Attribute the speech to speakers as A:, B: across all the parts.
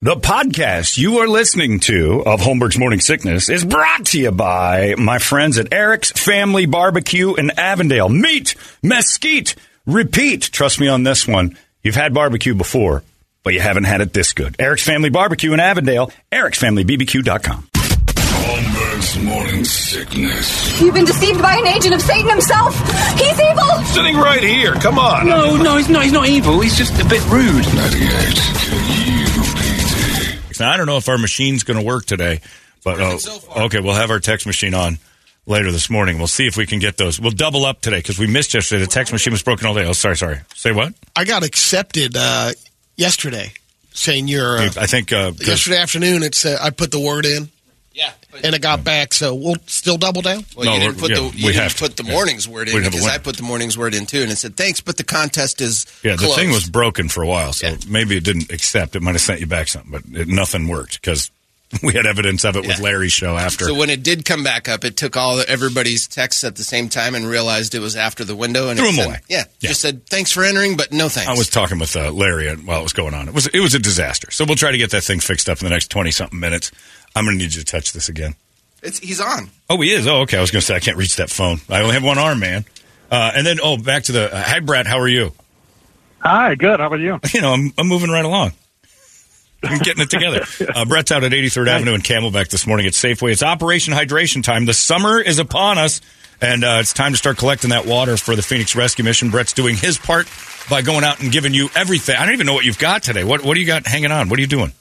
A: The podcast you are listening to of Holmberg's Morning Sickness is brought to you by my friends at Eric's Family Barbecue in Avondale. Meat, mesquite, repeat. Trust me on this one. You've had barbecue before, but you haven't had it this good. Eric's Family Barbecue in Avondale, ericsfamilybbq.com.
B: Holmberg's morning sickness.
C: You've been deceived by an agent of Satan himself. He's evil.
B: Sitting right here. Come on.
D: No, no, he's not. He's not evil. He's just a bit rude.
B: 98 KUPD.
A: Now, I don't know if our machine's going to work today, but uh, okay, we'll have our text machine on later this morning. We'll see if we can get those. We'll double up today because we missed yesterday. The text machine was broken all day. Oh, sorry, sorry. Say what?
E: I got accepted uh, yesterday, saying you're uh,
A: I think uh, 'cause-
E: yesterday afternoon. It said I put the word in. Yeah, and it
A: Mm.
E: got back. So we'll still double down.
F: Well,
A: No,
F: you
A: we're-
F: didn't put
A: yeah,
F: the
A: we
F: you didn't
A: have to.
F: put the
A: Yeah.
F: morning's word
A: We'd
F: in
A: have a
F: because
A: win.
F: I put the morning's word in too, and it said thanks, but the contest is
A: Yeah, the thing was
F: closed."
A: broken for a while, so
F: Yeah.
A: maybe it didn't accept. It might have sent you back something, but it, nothing worked because we had evidence of it with
F: Yeah.
A: Larry's show after.
F: So when it did come back up, it took all the, everybody's texts at the same time and realized it was after the window and
A: Threw
F: it
A: 'em
F: said-
A: away.
F: Yeah,
A: Yeah.
F: just said thanks for entering, but no thanks.
A: I was talking with uh, Larry and- while it was going on. It was it was a disaster. So we'll try to get that thing fixed up in the next twenty something minutes. I'm going to need you to touch this again.
F: It's, he's on.
A: Oh, he is. Oh, okay. I was going to say I can't reach that phone. I only have one arm, man. Uh, and then oh, back to the uh, hi, Brad. How are you?
G: Hi, good. How about you?
A: You know, I'm, I'm moving right along. I'm getting it together. Uh, Brett's out at 83rd Avenue in Camelback this morning at Safeway. It's Operation Hydration time. The summer is upon us, and uh, it's time to start collecting that water for the Phoenix Rescue Mission. Brett's doing his part by going out and giving you everything. I don't even know what you've got today. What What do you got hanging on? What are you doing?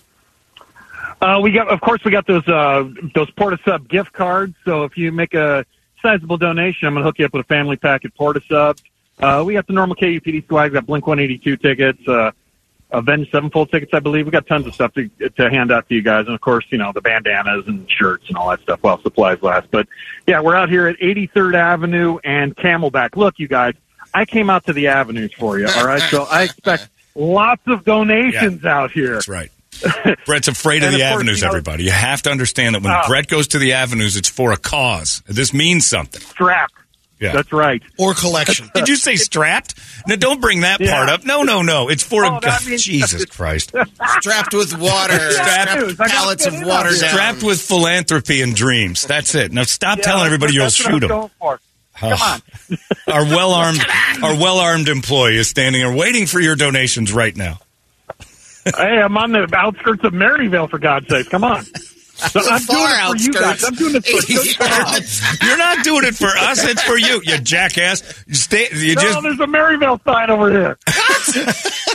G: Uh, we got, of course, we got those uh, those Porta Sub gift cards. So if you make a sizable donation, I'm going to hook you up with a family pack at Porta Sub. Uh, we got the normal KUPD swag. We got Blink 182 tickets, uh, Avenged Sevenfold tickets, I believe. We got tons of stuff to, to hand out to you guys, and of course, you know the bandanas and shirts and all that stuff while supplies last. But yeah, we're out here at 83rd Avenue and Camelback. Look, you guys, I came out to the avenues for you. All right, so I expect lots of donations out here.
A: That's right. Brett's afraid of
G: And
A: the
G: of course,
A: avenues,
G: you know-
A: everybody. You have to understand that when
G: Oh.
A: Brett goes to the avenues, it's for a cause. This means something.
G: Strapped.
A: Yeah.
G: That's right.
E: Or collection.
A: Did you say strapped? No, don't bring that
G: Yeah.
A: part up. No, no, no. It's for
G: Oh,
A: a
G: that means-
A: Jesus Christ.
F: Strapped with water,
G: I
F: strapped
G: gotta
F: pallets
G: fit
F: of
G: it
F: water
G: up.
F: down.
A: Strapped with philanthropy and dreams. That's it. Now stop telling everybody you'll
G: That's what I'm
A: shoot them.
G: going for. Come on.
A: Our well armed, our well armed employee is standing there waiting for your donations right now.
G: Hey, I'm on the outskirts of Maryvale, for God's sake. Come on. So I'm doing it
F: far
G: for you guys.
F: outskirts.
G: I'm doing it for you guys.
A: You're not doing it for us. It's for you, you jackass. You stay. You
G: No,
A: just.
G: there's a Maryvale sign over here.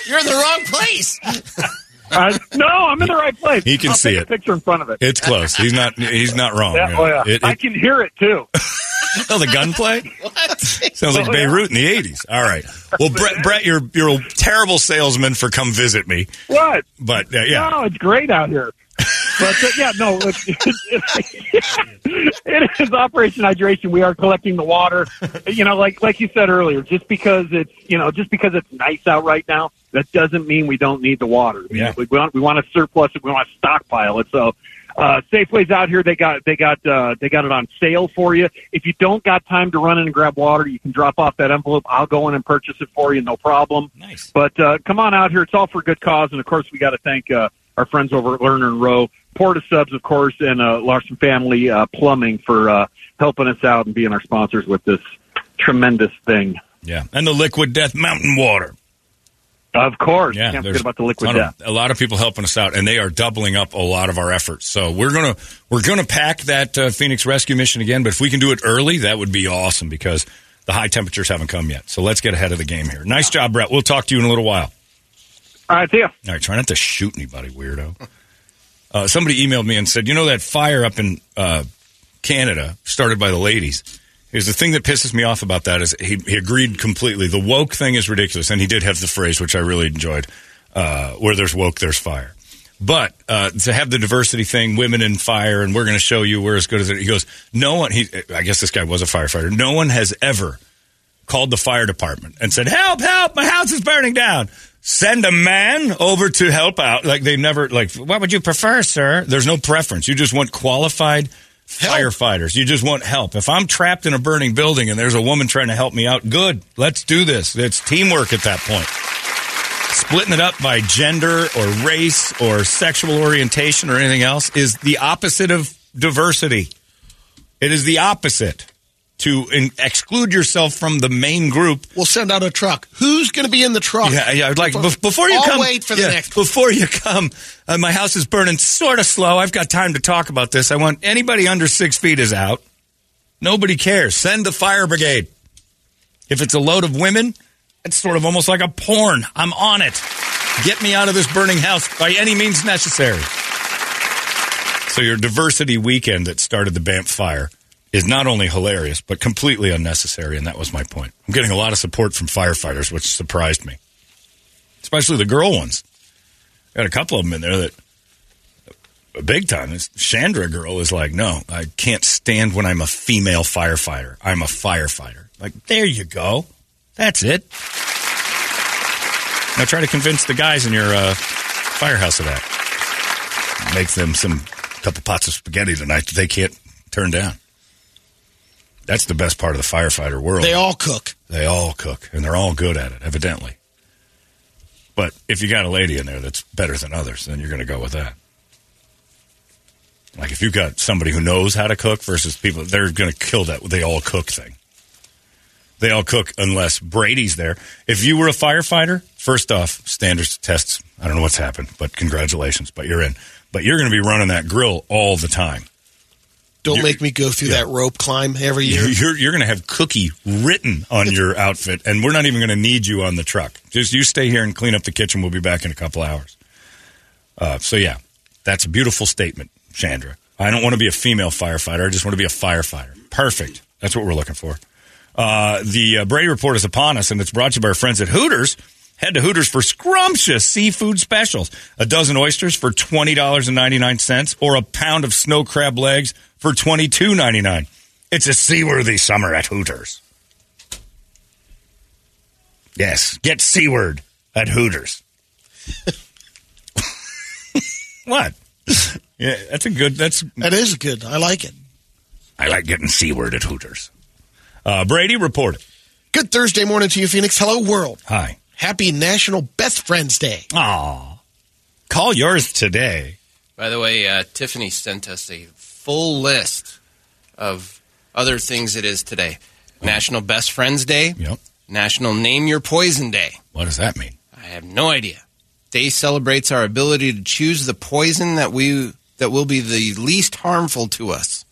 F: You're in the wrong place.
G: I, no, I'm in the right place.
A: He can
G: I'll
A: see
G: take
A: it.
G: A picture in front of it.
A: It's close. He's not. He's not wrong.
G: Yeah, oh, yeah.
A: It- it-
G: I can hear it too.
A: Oh, the gunplay? Sounds like
G: Oh, yeah.
A: Beirut in the 80s. All right. Well, Brett, Brett you're, you're a terrible salesman for come visit me.
G: What?
A: But uh, yeah,
G: No, it's great out here. But uh, yeah, no, it, it is Operation Hydration. We are collecting the water. You know, like like you said earlier, just because it's you know just because it's nice out right now, that doesn't mean we don't need the water. I mean,
A: Yeah.
G: we, we want we want to surplus it. We want to stockpile it. So. Uh, Safeway's out here. They got they got uh, they got it on sale for you. If you don't got time to run in and grab water, you can drop off that envelope. I'll go in and purchase it for you, no problem.
A: nice.
G: But uh, come on out here. It's all for a good cause. And of course, we got to thank uh, our friends over at Lerner and Rowe, Porta Subs, of course, and uh, Larson Family uh, Plumbing for uh, helping us out and being our sponsors with this tremendous thing.
A: Yeah. And the liquid death mountain water.
G: Of course,
A: Yeah.
G: can't
A: there's
G: forget about the
A: a
G: liquid
A: ton of-
G: death.
A: A lot of people helping us out, and they are doubling up a lot of our efforts. So we're going to we're gonna pack that uh, Phoenix rescue mission again, but if we can do it early, that would be awesome because the high temperatures haven't come yet. So let's get ahead of the game here. Nice job, Brett. We'll talk to you in a little while.
G: All right, see ya.
A: All right, try not to shoot anybody, weirdo. Uh, somebody emailed me and said, you know that fire up in uh, Canada started by the ladies. Is the thing that pisses me off about that is he, he agreed completely. The woke thing is ridiculous, and he did have the phrase which I really enjoyed: uh, "Where there's woke, there's fire." But uh, to have the diversity thing, women in fire, and we're going to show you we're as good as it. He goes, no one. He, I guess this guy was a firefighter. No one has ever called the fire department and said, "Help! Help! My house is burning down. Send a man over to help out." Like they never like. What would you prefer, sir? There's no preference. You just want qualified firefighters. You just want help. If I'm trapped in a burning building and there's a woman trying to help me out, good. Let's do this. It's teamwork at that point. splitting it up by gender or race or sexual orientation or anything else is the opposite of diversity. It is the opposite to in- exclude yourself from the main group.
E: We'll send out a truck. Who's going to be in the truck?
A: Yeah, yeah. I'd like bef- before you
E: I'll
A: come.
E: wait for the
A: yeah,
E: next.
A: Before you come, uh, my house is burning sort of slow. I've got time to talk about this. I want anybody under six feet is out. Nobody cares. Send the fire brigade. If it's a load of women, it's sort of almost like a porn. I'm on it. Get me out of this burning house by any means necessary. So your diversity weekend that started the Banff fire is not only hilarious but completely unnecessary, and that was my point. I'm getting a lot of support from firefighters, which surprised me especially the girl ones. Got a couple of them in there that big time. This Chandra girl is like, no, I can't stand when I'm a female firefighter. I'm a firefighter. Like, there you go. That's it. Now try to convince the guys in your uh, firehouse of that. Make them some couple pots of spaghetti tonight that they can't turn down. That's the best part of the firefighter world.
E: They all cook.
A: They all cook, and they're all good at it, evidently. But if you got a lady in there that's better than others, then you're going to go with that. Like if you've got somebody who knows how to cook versus people, they're going to kill that they all cook thing. They all cook unless Brady's there. If you were a firefighter, first off, standards tests. I don't know what's happened, but congratulations, but you're in. But you're going to be running that grill all the time.
E: Don't
A: You're-
E: make me go through that rope climb every year.
A: You're, you're, you're going to have cookie written on your outfit, and we're not even going to need you on the truck. Just you stay here and clean up the kitchen. We'll be back in a couple hours. Uh, so, yeah, that's a beautiful statement, Chandra. I don't want to be a female firefighter. I just want to be a firefighter. Perfect. That's what we're looking for. Uh, the uh, Brady Report is upon us, and it's brought to you by our friends at Hooters. Head to Hooters for scrumptious seafood specials. A dozen oysters for $20.99 or a pound of snow crab legs for $22.99. It's a seaworthy summer at Hooters. Yes, get seaward at Hooters. what? Yeah, that's a good, that's
E: That is good. I like it.
A: I like getting seaward at Hooters. Uh, Brady reported.
E: Good Thursday morning to you, Phoenix. Hello, world.
A: Hi.
E: Happy National Best Friends Day.
A: Aw. Call yours today.
F: By the way, uh, Tiffany sent us a full list of other things it is today National Best Friends Day,
A: Yep.
F: National Name Your Poison Day.
A: What does that mean?
F: I have no idea. Day celebrates our ability to choose the poison that we that will be the least harmful to us.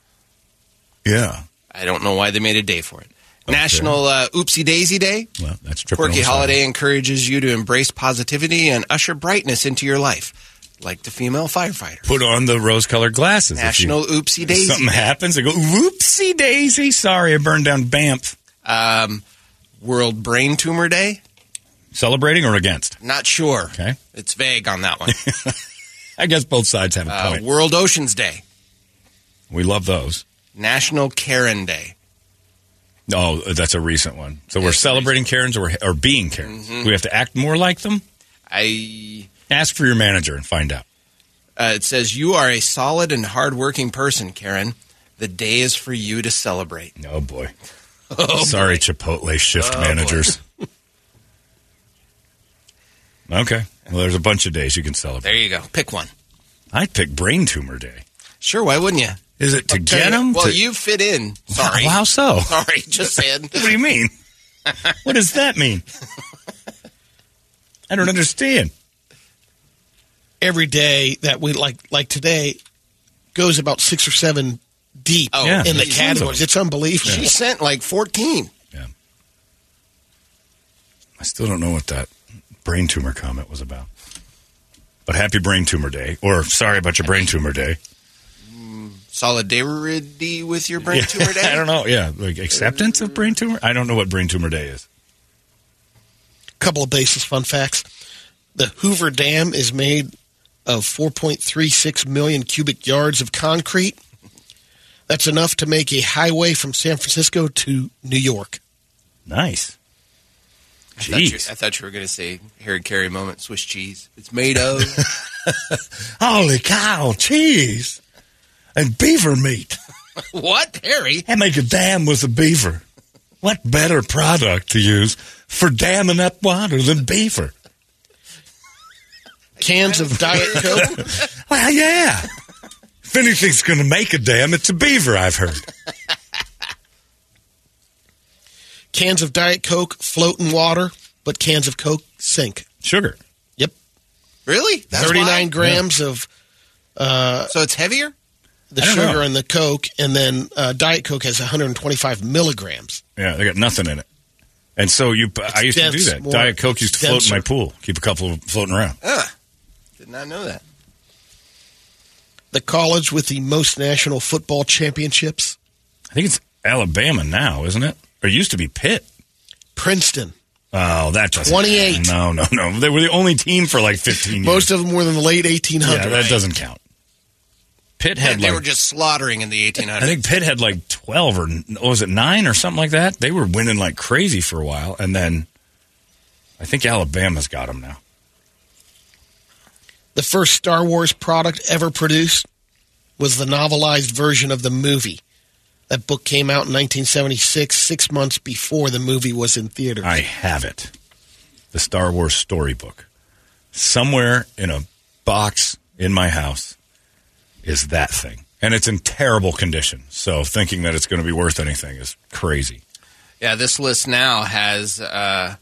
A: Yeah.
F: I don't know why they made a day for it. National uh, Oopsie Daisy Day.
A: Well, that's tripping
F: Quirky
A: over
F: holiday encourages you to embrace positivity and usher brightness into your life, like the female firefighter.
A: someone. Put on the rose-colored glasses. if you-
F: National Oopsie
A: if
F: Daisy.
A: something happens, I go, whoopsie daisy. Sorry, I burned down Banff.
F: Um, World Brain Tumor Day.
A: Celebrating or against?
F: Not sure.
A: Okay.
F: It's vague on that one.
A: I guess both sides have a
F: Uh,
A: point.
F: World Oceans Day.
A: We love those.
F: National Karen Day.
A: Oh, that's a recent one. So we're
F: Yes, Mm-hmm.
A: celebrating Karens or, or being Karens. We have to act more like them.
F: I
A: Ask for your manager and find out.
F: Uh, it says, You are a solid and hardworking person, Karen. The day is for you to celebrate.
A: Oh boy.
F: Oh,
A: Sorry, Chipotle shift managers. okay. Well, there's a bunch of days you can celebrate.
F: There you go. Pick one.
A: I'd pick brain tumor day.
F: Sure, why wouldn't you?
A: Is it to get them?
F: Well, you fit in. Sorry.
A: How so? What
F: Sorry, just saying.
A: do you mean? what does that mean? I don't understand.
E: Every day that we like, like today, goes about six or seven deep
F: Oh,
A: Yeah.
E: in the
A: geez.
E: categories. It's unbelievable.
F: She sent like 14.
A: Yeah. I still don't know what that brain tumor comment was about. But happy brain tumor day, or sorry about your brain tumor day.
F: Solidarity with your brain tumor day?
A: I don't know. Yeah, like acceptance of brain tumor. I don't know what brain tumor day is.
E: couple of basis fun facts. The Hoover Dam is made of 4.36 million cubic yards of concrete. That's enough to make a highway from San Francisco to New York.
A: Nice.
F: I thought you,
A: Jeez.
F: I thought you were going to say Harry Carey moment, Swiss cheese. It's made of.
A: Holy cow, cheese and beaver meat.
F: what, Harry?
A: I make a dam with a beaver. What better product to use for damming up water than beaver?
E: cans of Diet Coke.
A: Well, yeah. if anything's going to make a dam, it's a beaver, I've heard.
E: Cans of Diet Coke float in water, but cans of Coke sink.
A: Sugar.
E: Yep.
F: Really? That's
E: Thirty nine
F: why?
E: grams of
A: uh,
F: So it's heavier.
E: the
A: I don't know.
E: sugar in the Coke, and then uh, Diet Coke has 125 milligrams.
A: Yeah, they got nothing in it. And so you, I used
E: dense,
A: to do that.
E: more-
A: Diet Coke used to float in my
E: denser.
A: pool, keep a couple floating around.
F: Did not know that.
E: The college with the most national football championships,
A: I think it's Alabama now, isn't it? Or it used to be Pitt.
E: Princeton.
A: Oh, that doesn't
E: 28.
A: No, no, no. They were the only team for like 15 years.
E: Most of them were in the late 1800s.
A: yeah, that doesn't count. Pitt
F: They,
A: had
F: they
A: like
F: were just slaughtering in the 1800s.
A: I think Pitt had like 12 or what was it 9 or something like that. They were winning like crazy for a while and then I think Alabama's got them now.
E: The first Star Wars product ever produced was the novelized version of the movie. That book came out in 1976, six months before the movie was in theaters.
A: I have it. The Star Wars storybook. Somewhere in a box in my house is that thing. And it's in terrible condition. So thinking that it's going to be worth anything is crazy.
F: Yeah, this list now has uh,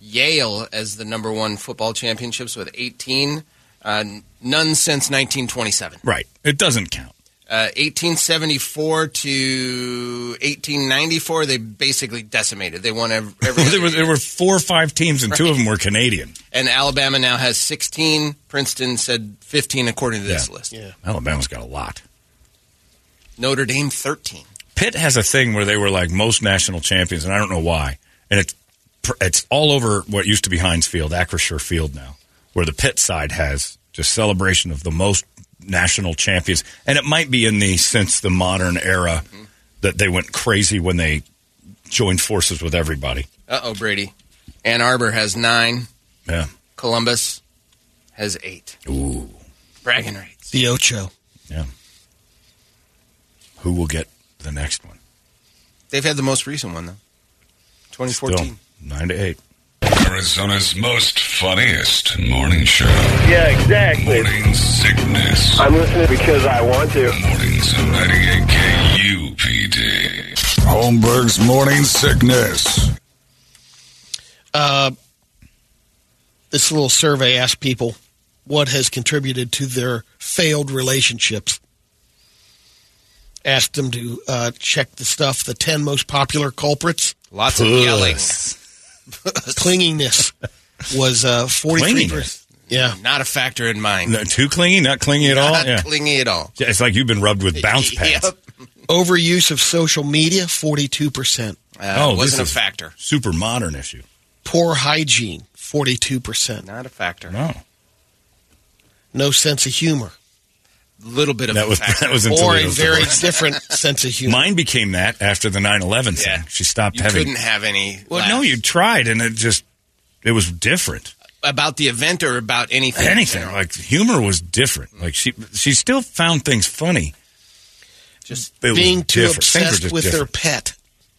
F: Yale as the number one football championships with 18, uh, none since 1927.
A: Right. It doesn't count.
F: Uh, 1874 to 1894, they basically decimated. They won every. every
A: there, was, there were four or five teams, and two of them were Canadian.
F: and Alabama now has 16. Princeton said 15 according to this list.
E: yeah.
A: Alabama's got a lot.
F: Notre Dame 13.
A: Pitt has a thing where they were like most national champions, and I don't know why. And it's pr- it's all over what used to be Heinz Field, Acrisure Field now, where the Pitt side has just celebration of the most national champions. And it might be in the since the modern era that they went crazy when they joined forces with everybody.
F: Uh oh, Brady. Ann Arbor has nine.
A: Yeah.
F: Columbus has eight.
A: Ooh.
F: Bragging rights.
E: The Ocho.
A: Yeah. Who will get the next one?
F: They've had the most recent one, though 2014.
A: Still, nine to eight.
B: Arizona's most funniest morning show.
H: Yeah, exactly.
B: Morning sickness.
H: I'm listening because I want to.
B: Mornings on 98 KUPD. Holmberg's morning sickness.
E: This little survey asked people what has contributed to their failed relationships. Asked them to uh, check the stuff, the 10 most popular culprits.
F: Lots of yelling.
E: Clinginess was uh, 43
A: Clinginess?
E: Yeah.
F: Not a factor in mine.
A: No, too clingy? Not clingy at all?
F: Not
A: Yeah.
F: clingy at all.
A: Yeah, It's like you've been rubbed with bounce pads.
F: Yep.
E: Overuse of social media, 42%.
F: Uh,
A: Oh, this
F: wasn't a
A: is-
F: factor.
A: Super modern issue.
E: Poor hygiene, 42%.
F: Not a factor. A
A: No,
E: No sense of humor.
F: little bit of
A: that
F: a
A: was
F: factor.
A: that was in
E: Or a
A: Toledo's
E: very
A: divorce.
E: different sense of humor.
A: Mine became that after the 9-11 thing.
F: Yeah.
A: She stopped
F: you
A: having.
F: couldn't have any.
A: well,
F: laugh.
A: no, you tried, and it just it was different.
F: about the event or about anything. in
A: Anything
F: general?
A: like humor was different. Like she she still found things funny.
F: Just
A: It was
E: Being too
A: different. Things were
E: obsessed
A: just
E: with
A: different.
E: their pet.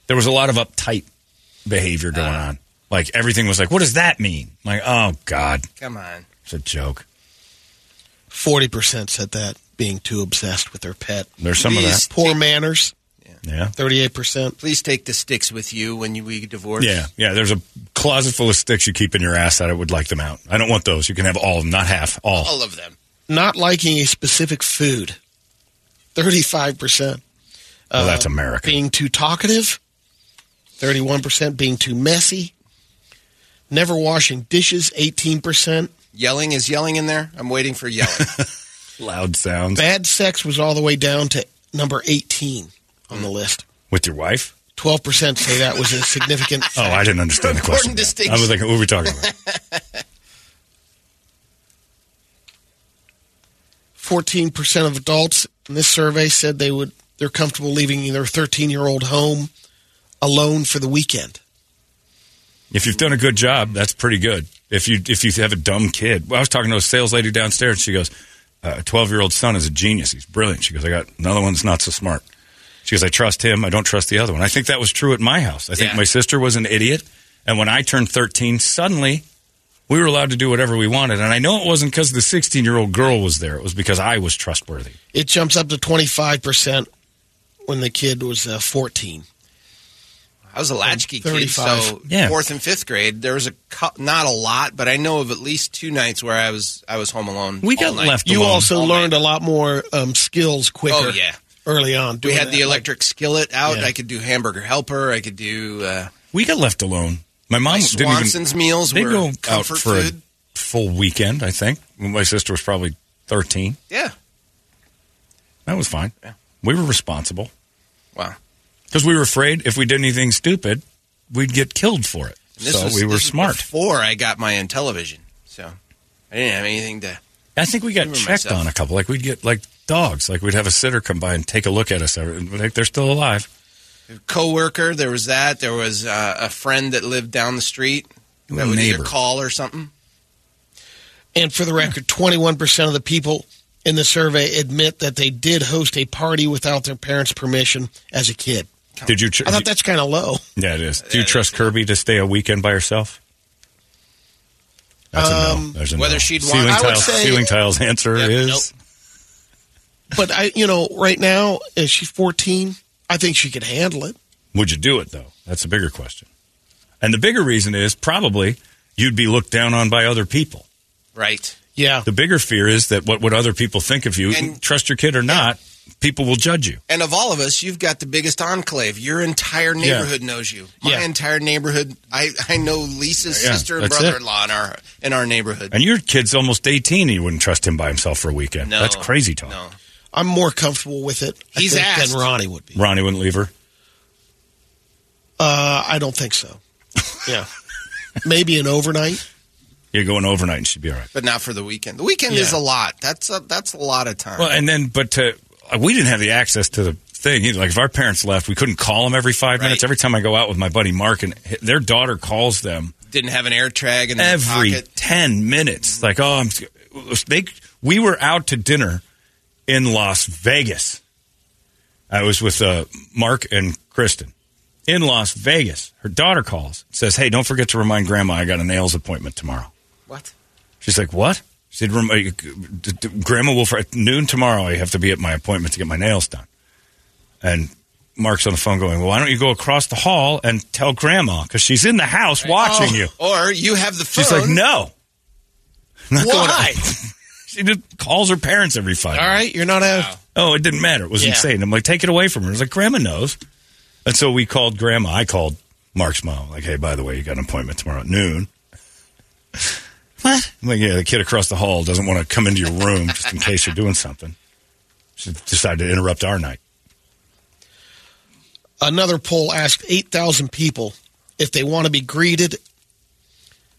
A: There was a lot of uptight behavior going
F: Uh.
A: on. Like everything was like, what does that mean? Like, oh god,
F: come on.
A: it's a joke.
E: 40% said that, being too obsessed with their pet.
A: There's some
F: Please.
E: Poor manners,
A: of that. Yeah.
E: 38%.
F: Please take the sticks with you when you, we divorce.
A: Yeah, yeah. There's a closet full of sticks you keep in your ass that I would like them out. I don't want those. You can have all of them, not half, all.
F: all of them.
E: Not liking a specific food, 35%.
A: Well, that's America.
E: Being too talkative, 31%. Being too messy, never washing dishes, 18%.
F: Yelling is yelling in there. I'm waiting for yelling.
A: Loud sounds
E: Bad sex was all the way down to number 18 on
A: Hmm.
E: the list.
A: with your wife.
E: 12% say that was a significant.
A: Oh, I didn't understand the question.
F: Important
A: Yeah.
F: distinction.
A: I was like, what were we talking about?
E: 14% of adults in this survey said they would they're comfortable leaving their 13-year-old home alone for the weekend.
A: if you've done a good job, that's pretty good. If you if you have a dumb kid, well, I was talking to a sales lady downstairs. She goes, uh, "A twelve year old son is a genius. He's brilliant." She goes, "I got another one that's not so smart." She goes, "I trust him. I don't trust the other one." I think that was true at my house. I think
F: Yeah.
A: my sister was an idiot, and when I turned thirteen, suddenly. we were allowed to do whatever we wanted. And I know it wasn't because the 16 year old girl was there. It was because I was trustworthy.
E: It jumps up to 25% when the kid was uh, 14.
F: I was a latchkey kid,
E: 35.
F: so
A: Yeah.
F: fourth and fifth grade. There was a cou- not a lot, but I know of at least two nights where I was I was home alone.
A: We
F: all
A: got
F: night.
A: left
E: You
A: alone.
E: also
F: All
E: learned a lot more um, skills quicker
F: Oh yeah,
E: early on.
F: we
E: doing
F: had
E: that,
F: the
E: like-
F: electric skillet out.
E: Yeah.
F: I could do hamburger helper. I could do uh,
A: We got left alone. My mom
F: my
A: didn't even.
F: Swanson's meals.
A: They
F: were
A: go out
F: comfort
A: for
F: food.
A: a full weekend, I think. When My sister was probably 13.
F: Yeah.
A: That was fine. We were responsible
F: Wow.
A: because we were afraid if we did anything stupid, we'd get killed for it.
F: And this
A: So
F: was-
A: we were
F: this was
A: smart.
F: Before I got my Intellivision, so I didn't have anything to.
A: I think we got
F: remember
A: checked
F: myself.
A: on a couple. Like we'd get like dogs. Like we'd have a sitter come by and take a look at us. Every- Like they're still alive.
F: Coworker, there was that. There was uh, a friend that lived down the street
A: We
F: that
A: were
F: would either
A: neighbors.
F: call or something.
E: And for the record, 21% of the people in the survey admit that they did host a party without their parents' permission as a kid.
A: Did you? Tr-
E: I thought that's kind of low.
A: yeah, it is. Do you
F: Yeah,
A: trust Kirby to stay a weekend by herself? That's a no.
E: Um,
A: There's a
F: whether
A: no.
F: she'd want-
A: ceiling
E: I would
A: tiles,
E: say-
A: ceiling tiles answer
F: Yep,
A: is
F: nope.
E: But I, you know, right now, is she 14? I think she could handle it.
A: Would you do it though? That's a bigger question. And the bigger reason is probably you'd be looked down on by other people.
F: Right.
E: Yeah.
A: The bigger fear is that what would other people think of you?
F: And-
A: trust your kid or not, people will judge you.
F: And of all of us, you've got the biggest enclave. Your entire neighborhood knows you. My
E: Yeah.
F: entire neighborhood. I, I know Lisa's
A: Yeah,
F: sister and
A: that's it.
F: brother in law in our in our neighborhood.
A: And your kid's almost 18 and you wouldn't trust him by himself for a weekend.
F: No,
A: That's crazy talk.
F: No.
E: I'm more comfortable with it I
F: He's
E: think,
F: asked.
E: than Ronnie would be.
A: Ronnie wouldn't leave her.
E: Uh, I don't think so. Yeah. Maybe an overnight.
A: You're going overnight and she'd be all right.
F: But not for the weekend. The weekend is a
E: Yeah.
F: lot. That's a that's a lot of time.
A: Well, and then, but to, we didn't have the access to the thing. You know, Like if our parents left, we couldn't call them every five
F: Right.
A: minutes. Every time I go out with my buddy Mark and hi- their daughter calls them
F: Didn't have an air tag in the
A: every
F: pocket.
A: 10 minutes. Like, oh, I'm, sc- they, we were out to dinner in Las Vegas. I was with uh, Mark and Kristen in Las Vegas. Her daughter calls, says, Hey, don't forget to remind grandma I got a nails appointment tomorrow.
F: What?
A: She's like, What? She said, "Rem- uh, d- d- Grandma will, for at noon tomorrow, I have to be at my appointment to get my nails done. And Mark's on the phone going, Well, why don't you go across the hall and tell grandma? Because she's in the house watching
F: Oh.
A: you.
F: Or you have the phone.
A: She's like, no. Not going-
E: Why?
A: she just calls her parents every five.
E: All
A: minutes.
E: right. You're not out.
A: Oh, it didn't matter. It was
E: Yeah.
A: insane. I'm like, take it away from her. I was like, Grandma knows. And so we called Grandma. I called Mark's mom. Like, hey, by the way, you got an appointment tomorrow at noon. What? I'm like, yeah, the kid across the hall doesn't want to come into your room just in case you're doing something. She decided to interrupt our night.
E: Another poll asked 8,000 people if they want to be greeted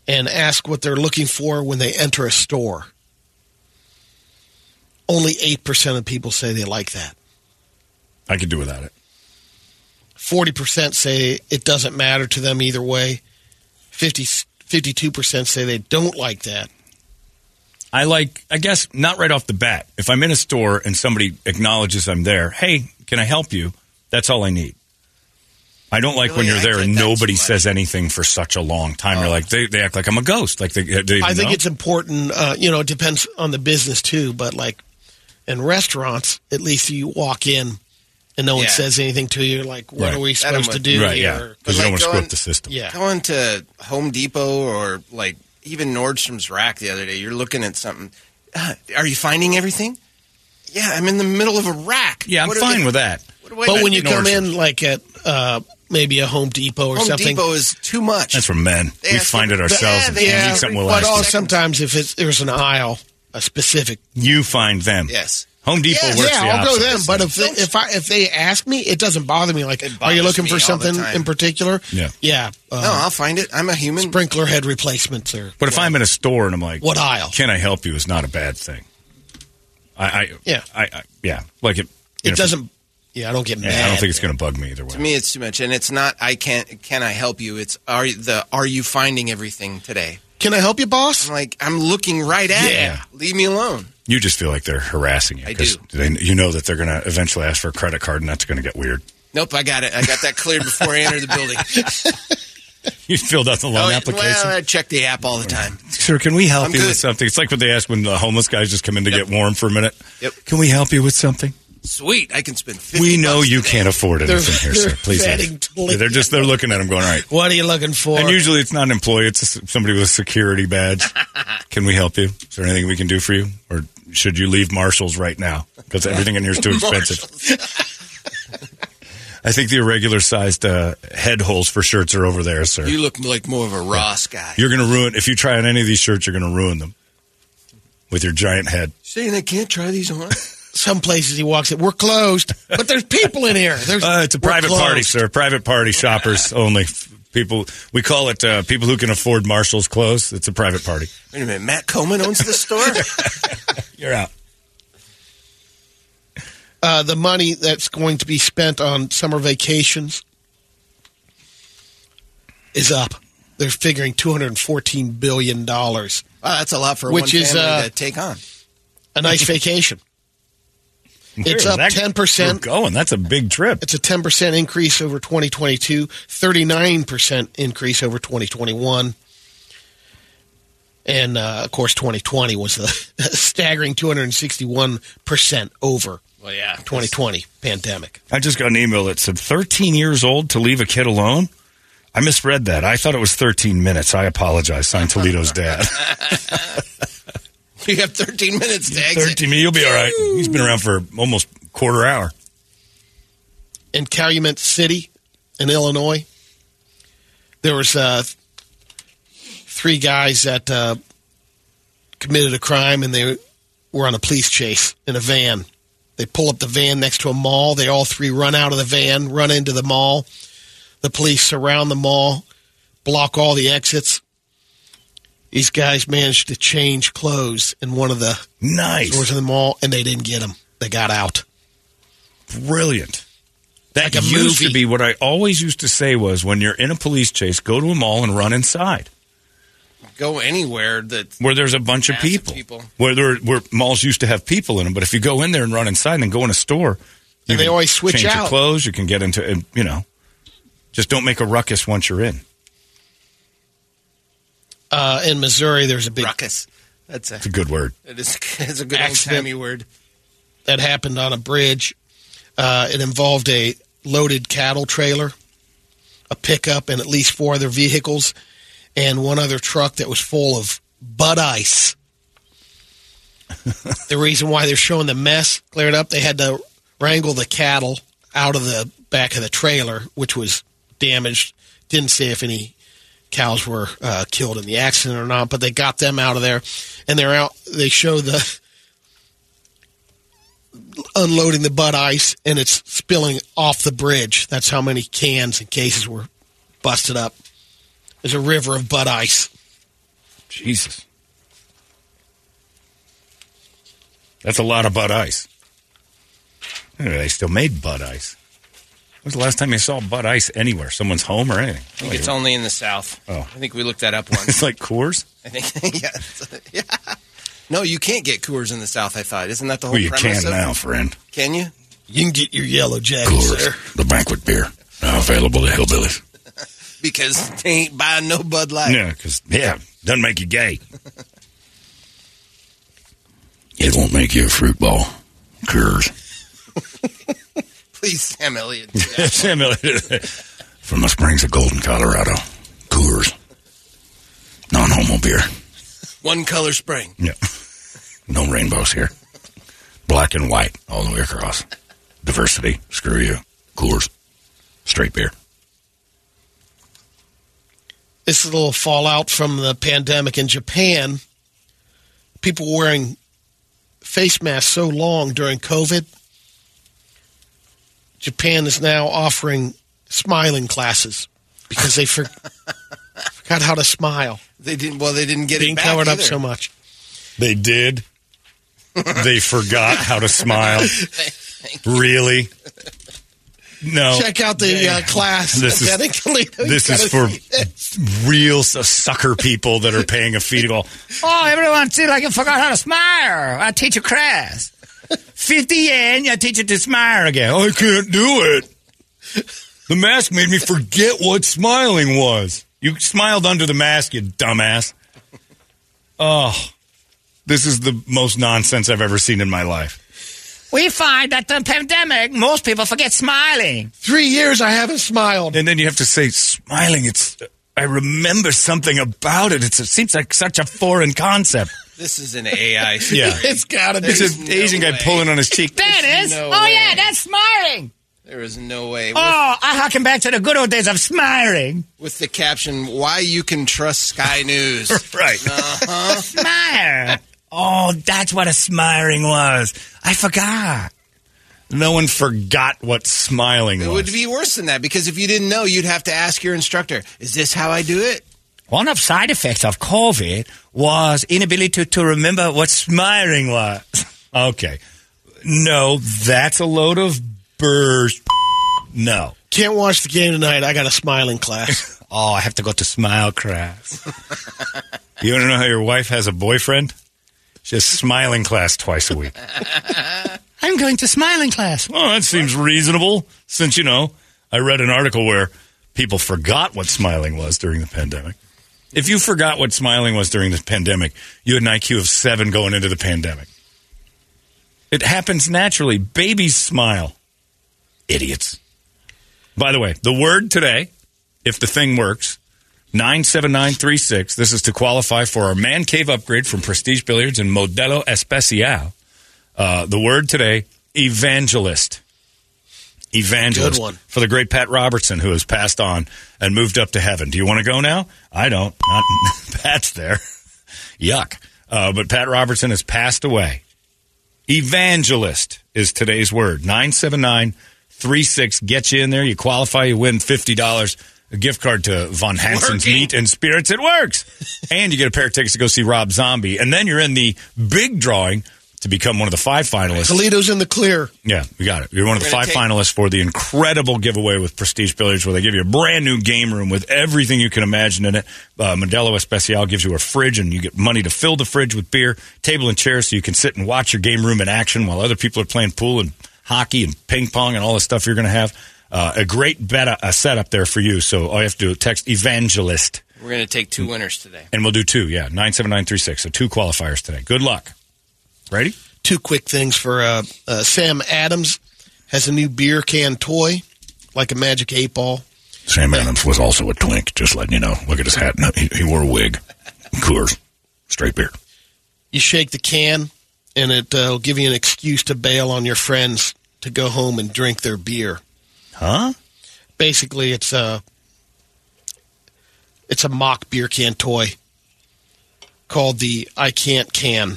E: and ask what they're looking for when they enter a store. Only 8% of people say they like that.
A: I could do without it.
E: 40% say it doesn't matter to them either way. 50, 52% say they don't like that.
A: I like, I guess, not right off the bat. If I'm in a store and somebody acknowledges I'm there, hey, can I help you? That's all I need. I don't like when
F: Really?
A: you're
F: I
A: there
F: get
A: and
F: that too
A: nobody
F: much. Oh.
A: says anything for such a long time. You're like, they, they act like I'm a ghost. Like they, they
E: I think
A: know?
E: it's important. Uh, you know, it depends on the business too, but like in restaurants, at least you walk in and no one
F: Yeah.
E: says anything to you. Like, what
A: Right.
E: are we
F: That I'm
E: supposed to
F: with
E: do?
A: right,
E: here?
A: yeah, because you
F: But
A: don't
F: like
A: want to screw
F: going-
A: up the system.
E: Yeah.
F: Going to Home Depot or like even Nordstrom's rack the other day, you're looking at something. Uh, are you finding everything? Yeah, I'm in the middle of a rack.
A: yeah, I'm
F: What are
A: fine
F: they-
A: with that.
F: what do I-
E: But when you
A: know,
E: come
A: or
E: in, like at uh, maybe a Home Depot or
F: Home
E: something,
F: Depot is too much.
A: That's for men.
F: They
A: we
F: ask
A: find
F: you-
A: it ourselves.
F: Yeah,
A: If
F: they
A: we need
F: ask
A: something,
F: you-
A: we'll
E: but
A: ask
E: all,
A: you.
E: sometimes if it's, there's an aisle, a specific.
A: You find them.
F: Yes.
A: Home Depot
F: Yes.
A: works
E: yeah,
A: the
E: I'll go
A: opposite.
E: then. But if they, if I if they ask me, it doesn't bother me. Like,
F: It
E: are you
F: bothers
E: looking for
F: me all the
E: something
F: time.
E: in particular?
A: Yeah.
E: yeah.
A: Uh-huh.
F: No,
E: Uh,
F: I'll find it. I'm a human.
E: sprinkler head replacements or
A: But if I'm in a store and I'm like,
E: What aisle?
A: Can I help you? Is not a bad thing. I, I
E: Yeah.
A: I, I yeah, like it. you know,
E: it
A: if-
E: doesn't. Yeah, I don't get mad.
A: Yeah, I don't think it's going to bug me either way.
F: To me, it's too much, and it's not. I can't. Can I help you? It's are you- the Are you finding everything today?
E: Can I help you, boss?
F: I'm like I'm looking right at.
A: Yeah.
F: You. Leave me alone.
A: you just feel like they're harassing you
F: I
A: because
F: do.
A: they, you know that they're going to eventually ask for a credit card, and that's going to get weird.
F: Nope, I got it. I got that cleared before I entered the building.
A: You filled out the loan
F: Oh, yeah,
A: application.
F: Well, I check the app all the time.
A: Sir, can we help
F: I'm
A: you
F: good.
A: with something? It's like what they ask when the homeless guys just come in to
F: Yep.
A: get warm for a minute.
F: Yep.
A: Can we help you with something?
F: Sweet, I can spend. 50
A: We know
F: bucks
A: you
F: today.
A: can't afford anything here,
E: They're- they're
A: sir. Please.
E: vetting
A: leave.
E: police.
A: They're just they're looking at him going, all right.
E: What are you looking for?
A: And usually it's not an employee; it's just somebody with a security badge. can we help you? Is there anything we can do for you, or should you leave Marshalls right now because everything in here is too expensive? I think the irregular sized uh, head holes for shirts are over there, sir.
F: You look like more of a Ross guy.
A: You're going to ruin if you try on any of these shirts. You're going to ruin them with your giant head.
F: saying I can't try these on?
E: Some places he walks in, we're closed, but there's people in here. There's,
A: Uh, it's a
E: we're
A: private party,
E: closed."
A: sir. Private party shoppers only. F- People, we call it uh, people who can afford Marshall's clothes. It's a private party.
F: Wait a minute, Matt Coman owns this store.
A: You're out.
E: Uh, the money that's going to be spent on summer vacations is up. They're figuring $214 billion. A
F: wow, that's a lot for
E: Which
F: one
E: is,
F: family
E: uh,
F: to take on.
E: nice vacation. It's
A: Where
E: up
A: that-
E: 10%.
A: we're going. That's a big trip.
E: It's a 10% increase over 2022, 39% increase over 2021. And uh, of course, 2020 was a staggering 261% over
F: Well, yeah,
E: 2020 pandemic.
A: I just got an email that said 13 years old to leave a kid alone. I misread that. I thought it was 13 minutes. I apologize. Signed Toledo's dad.
F: You have 13 minutes to exit.
A: 13 minutes. You'll be all right. He's been around for almost quarter hour.
E: In Calumet City, in Illinois, there was uh, three guys that uh, committed a crime, and they were on a police chase in a van. They pull up the van next to a mall. They all three run out of the van, run into the mall. The police surround the mall, block all the exits. These guys managed to change clothes in one of the stores
A: Nice.
E: in the mall, and they didn't get them. They got out.
A: Brilliant. That
E: Like a
A: used
E: movie.
A: to be what I always used to say was when you're in a police chase, go to a mall and run inside
F: Go anywhere that
A: where there's a bunch of
F: Massive
A: people.
F: people.
A: Where, there, where malls used to have people in them. But if you go in there and run inside and then go in a store, you
E: And they
A: can
E: always switch
A: change your
E: out.
A: clothes. You can get into, and, you know, just don't make a ruckus once you're in.
E: Uh, in Missouri, there's a big
F: ruckus. That's a
A: It's a good word.
F: it is it's a good old
E: Accident.
F: timey word.
E: that happened on a bridge. Uh, it involved a loaded cattle trailer, a pickup, and at least four other vehicles, and one other truck that was full of Bud Ice. the reason why they're showing the mess cleared up, they had to wrangle the cattle out of the back of the trailer, which was damaged. Didn't say if any cows were uh, killed in the accident or not, but they got them out of there, and they're out. They show the unloading the Bud Ice and it's spilling off the bridge. That's how many cans and cases were busted up. There's a river of Bud Ice.
A: Jesus. That's a lot of Bud Ice. I didn't know They still made Bud Ice. When was the last time you saw Bud Ice anywhere? Someone's home or anything?
F: I
E: Oh,
F: think it's only in the South.
A: Oh.
F: I think we looked that up once.
A: It's like Coors.
F: I think yeah, it's- yeah. No, you can't get Coors in the South. I thought isn't that the whole
A: Well, you
F: premise
A: can
F: of-
A: now, friend.
F: Can you?
E: You can get your yellow jacket, sir.
B: the banquet beer. Now available to hillbillies.
F: Because they ain't buying no Bud Light.
A: Yeah, because yeah, doesn't make you gay.
B: It won't make you a fruit ball. Cures.
F: Please, Sam Elliott.
A: Sam Elliott.
B: From the springs of Golden, Colorado. Coors. Non homo beer.
F: One color spring.
A: yeah.
B: No rainbows here. Black and white all the way across. Diversity. Screw you. Coors. Straight beer.
E: This is a little fallout from the pandemic in Japan. People were wearing face masks so long during COVID. Japan is now offering smiling classes because they for- forgot how to smile,
F: They didn't. Well, they didn't get
E: being
F: it back
E: covered up
F: either.
E: so much.
A: They did. they forgot how to smile. really? No.
E: check out the uh, class.
A: Oh, This is-
E: at Denny Toledo. You
A: this is
E: gotta
A: for
E: see this.
A: real s- sucker people that are paying a fee to go. Oh, everyone, see, like you forgot how to smile. I teach a class. 50 yen, I teach it to smile again. I can't do it. The mask made me forget what smiling was. You smiled under the mask, you dumbass. Oh, this is the most nonsense I've ever seen in my life.
I: We find that the pandemic, most people forget smiling.
E: Three years I haven't smiled.
A: And then you have to say, smiling, it's. I remember something about it. It's, it seems like such a foreign concept.
F: This is an AI.
A: Yeah.
E: It's gotta be.
A: It's an Asian guy
F: way.
A: pulling on his cheek.
I: That
F: There's
I: is.
F: no
I: oh,
F: way.
I: yeah, that's smiling.
F: There is no way. With,
I: Oh, I harken back to the good old days of smiling.
F: with the caption, "Why you can trust Sky News."
A: Right.
F: Uh-huh.
I: Smile.
A: Oh, that's what a smiring was. I forgot. No one forgot what smiling
F: it
A: was.
F: would be worse than that because if you didn't know, you'd have to ask your instructor, "Is this how I do it?"
I: One of side effects of COVID was inability to, to remember what smiling was.
A: okay. No, that's a load of burr. No.
E: Can't watch the game tonight. I got a smiling class.
A: Oh, I have to go to smile class. you want to know how your wife has a boyfriend? She has smiling class twice a week.
I: I'm going to smiling class.
A: Well, that seems reasonable since, you know, I read an article where people forgot what smiling was during the pandemic. If you forgot what smiling was during the pandemic, you had an IQ of seven going into the pandemic. It happens naturally. Babies smile. Idiots. By the way, the word today, if the thing works, 97936. This is to qualify for our man cave upgrade from Prestige Billiards and Modelo Especial. Uh, the word today, evangelist. Evangelist.
E: Good one.
A: For the great Pat Robertson, who has passed on and moved up to heaven. Do you want to go now? I don't. Not Pat's there. Yuck. Uh, but Pat Robertson has passed away. Evangelist is today's word. 979 36. Get you in there. You qualify. You win $50. A gift card to Von Hansen's Meat and Spirits. It works. and you get a pair of tickets to go see Rob Zombie. And then you're in the big drawing to become one of the five finalists.
E: Toledo's in the clear.
A: Yeah, we got it. You're one of the
F: We're gonna
A: five
F: take-
A: finalists for the incredible giveaway with Prestige Billiards, where they give you a brand new game room with everything you can imagine in it. Uh, Modelo Especial gives you a fridge, and you get money to fill the fridge with beer, table and chairs, so you can sit and watch your game room in action while other people are playing pool and hockey and ping pong and all the stuff you're going to have. Uh, a great bet a setup there for you. So all you have to do is text evangelist,
F: We're going to take two winners today.
A: and we'll do two. Yeah, nine seven nine three six. So two qualifiers today. Good luck. Ready?
E: Two quick things for uh, uh, Sam Adams has a new beer can toy, like a magic eight ball.
B: Sam Adams was also a twink, just letting you know. Look at his hat. No, he, he wore a wig. Coors. Straight beer.
E: You shake the can, and it'll give you an excuse to bail on your friends to go home and drink their beer.
A: Huh?
E: Basically, it's a it's a mock beer can toy called the I Can't Can.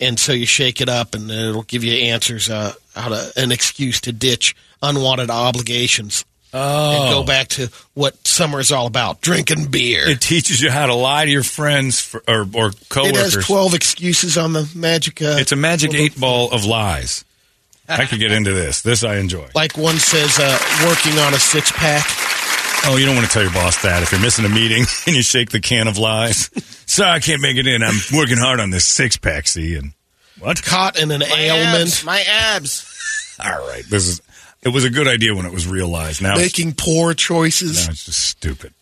E: And so you shake it up, and it'll give you answers uh, how to an excuse to ditch unwanted obligations. and
A: Oh.
E: go back to what summer is all about drinking beer.
A: It teaches you how to lie to your friends for, or, or
E: It
A: coworkers.
E: has 12 excuses on the magic. Uh,
A: It's a magic eight ball of lies. I could get into this. This I enjoy.
E: like one says, uh, working on a six pack. Ah.
A: Oh, you don't want to tell your boss that if you're missing a meeting and you shake the can of lies. Sorry, I can't make it in. I'm working hard on this six pack. See, and what?
E: Caught in an
F: My abs,
E: ailment.
F: my abs.
A: All right, this is. It was a good idea when it was realized. Now, it's-
E: Making poor choices.
A: now it's just stupid.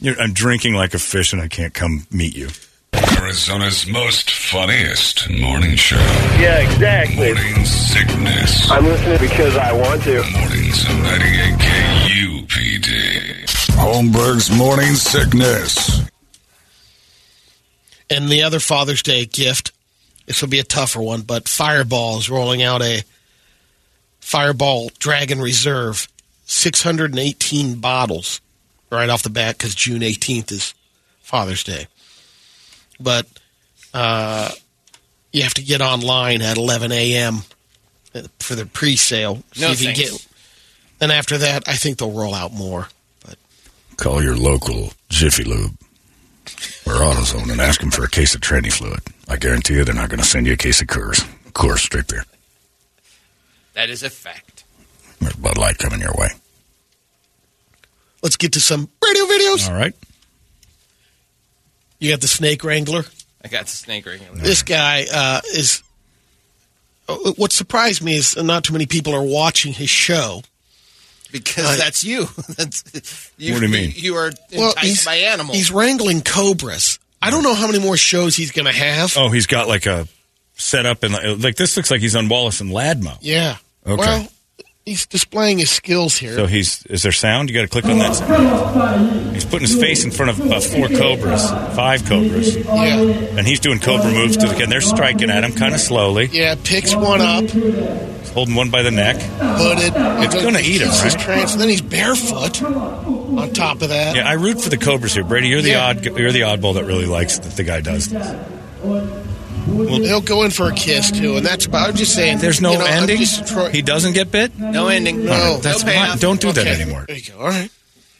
A: You're, I'm drinking like a fish, and I can't come meet you.
J: Arizona's most funniest morning show.
H: Yeah, exactly.
J: Morning sickness.
H: I'm listening because I want to.
J: Mornings of 98 KUPD. Holmberg's morning sickness.
E: And the other Father's Day gift. This will be a tougher one, but Fireball is rolling out a Fireball Dragon Reserve, 618 bottles right off the bat because June 18th is Father's Day. But uh, you have to get online at 11 a.m. for the pre sale.
F: No
E: get.
F: thanks.
E: And after that, I think they'll roll out more. But
B: Call your local Jiffy Lube or AutoZone and ask them for a case of tranny fluid. I guarantee you they're not going to send you a case of Coors. Coors straight beer.
F: That is a fact.
B: There's Bud Light coming your way.
E: let's get to some radio videos.
A: All right.
E: You got the Snake Wrangler.
F: I got the snake ring.
E: This guy uh, is. uh, What surprised me is not too many people are watching his show
F: because that's you. That's you.
A: What do you mean?
F: You are
E: Well,
F: enticed
E: he's,
F: by animals.
E: he's wrangling cobras. I don't know how many more shows he's going to have.
A: Oh, he's got like a setup and like, like this looks like he's on Wallace and Ladmo.
E: Yeah.
A: Okay.
E: Well, he's displaying his skills here.
A: So he's is there sound? You got to click on that. He's putting his face in front of uh, four cobras, five cobras,
E: yeah.
A: and he's doing cobra moves to the and they're striking at him kind of slowly,
E: Yeah. Picks one up,
A: holding one by the neck.
E: hooded.
A: It's gonna eat him,
E: Keeps his
A: right?
E: trance, and then he's barefoot on top of that.
A: Yeah, I root for the cobras here, Brady. You're the
E: Yeah.
A: odd, you're the oddball that really likes that the guy does. this.
E: He'll go in for a kiss too, and that's about. I'm just saying.
A: There's no
E: you know, I'm
A: ending.
E: just try-
A: he doesn't get bit.
F: no ending.
E: No.
A: All right, that's
F: No payoff.
A: fine. Don't do that
E: Okay.
A: anymore.
E: There you go. All right.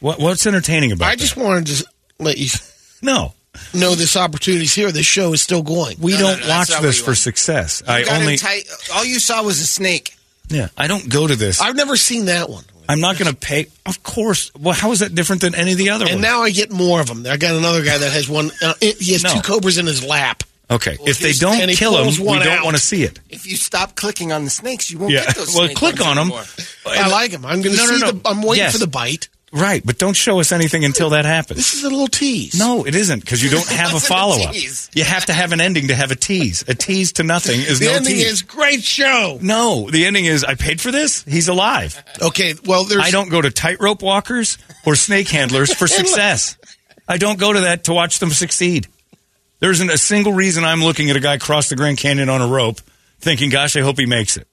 A: What, what's entertaining about?
E: I just wanted to let you
A: that? no.
E: know this opportunity's here. This show is still going.
A: We
F: No, no,
A: don't
F: no, that's
A: watch
F: not what
A: this
F: you
A: for
F: want.
A: success. I
F: You got
A: only
F: enti- all you saw was a snake.
A: yeah. I don't go to this.
E: I've never seen that one.
A: I'm not going to pay. Of course. Well, how is that different than any of the other
E: And
A: ones?
E: now I get more of them. I got another guy that has one. Uh, it, he has
A: No.
E: two cobras in his lap.
A: okay, if they
E: here's-
A: don't
E: and he
A: kill
E: pulls
A: him, we
E: one
A: don't
E: out.
A: want to see it.
F: If you stop clicking on the snakes, you won't
A: Yeah.
F: get those.
A: Well,
F: snake
A: click
F: ones
A: on them.
F: anymore.
E: I like him. I'm going to
A: No, no,
E: see
A: no.
E: the. I'm waiting
A: Yes.
E: for the bite.
A: Right, but don't show us anything until that happens.
E: This is a little tease.
A: No, it isn't because you don't have a
F: Wasn't a
A: follow up.
F: tease.
A: You have to have an ending to have a tease. A tease to nothing is
E: the
A: no
E: ending
A: tease.
E: is great show.
A: no, the ending is I paid for this. He's alive.
E: Okay, well there's.
A: I don't go to tightrope walkers or snake handlers for success. I don't go to that to watch them succeed. There isn't a single reason I'm looking at a guy cross the Grand Canyon on a rope thinking, gosh, I hope he makes it.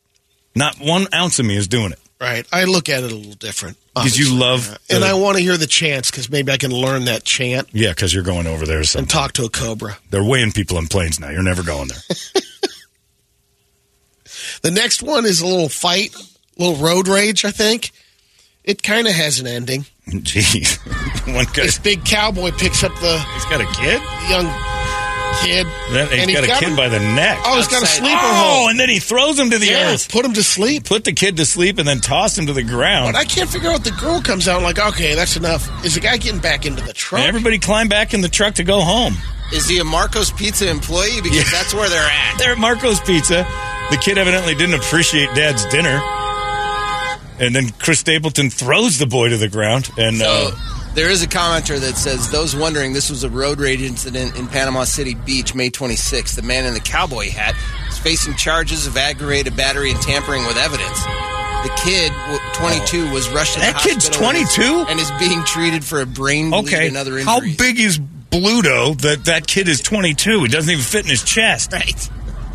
A: Not one ounce of me is doing it.
E: Right. I look at it a little different.
A: Because you
E: obviously.
A: love.
E: and
A: the-
E: I want to hear the chants because maybe I can learn that chant
A: yeah, because you're going over there.
E: and
A: sometime.
E: talk to a cobra.
A: They're weighing people on planes now. You're never going there.
E: The next one is a little fight, little road rage. I think it kind of has an ending.
A: Jeez. one guy.
E: This big cowboy picks up the
A: He's got a kid?
E: young kid,
A: That, he's got a kid
E: him-
A: by the neck.
E: oh, he's got a
F: outside.
E: sleeper
A: Oh,
E: hole.
A: and then he throws him to the
E: Yeah,
A: earth.
E: put him to sleep.
A: Put the kid to sleep and then toss him to the ground.
E: But I can't figure out. The girl comes out like, okay, that's enough. Is the guy getting back into the truck?
A: And everybody climbed back in the truck to go home.
F: Is he a Marco's Pizza employee? Because that's where they're at.
A: They're at Marco's Pizza. The kid evidently didn't appreciate Dad's dinner. And then Chris Stapleton throws the boy to the ground. And
F: So,
A: uh,
F: there is a commenter that says, Those wondering, this was a road rage incident in Panama City Beach, May 26th. The man in the cowboy hat is facing charges of aggravated battery and tampering with evidence. The kid, w- 22, was rushed to the
A: That kid's
F: hospital and is-
A: 22?
F: and is being treated for a brain bleed
A: okay,
F: and other
A: how
F: injuries.
A: big is Bluto that that kid is 22? He doesn't even fit in his chest.
F: Right.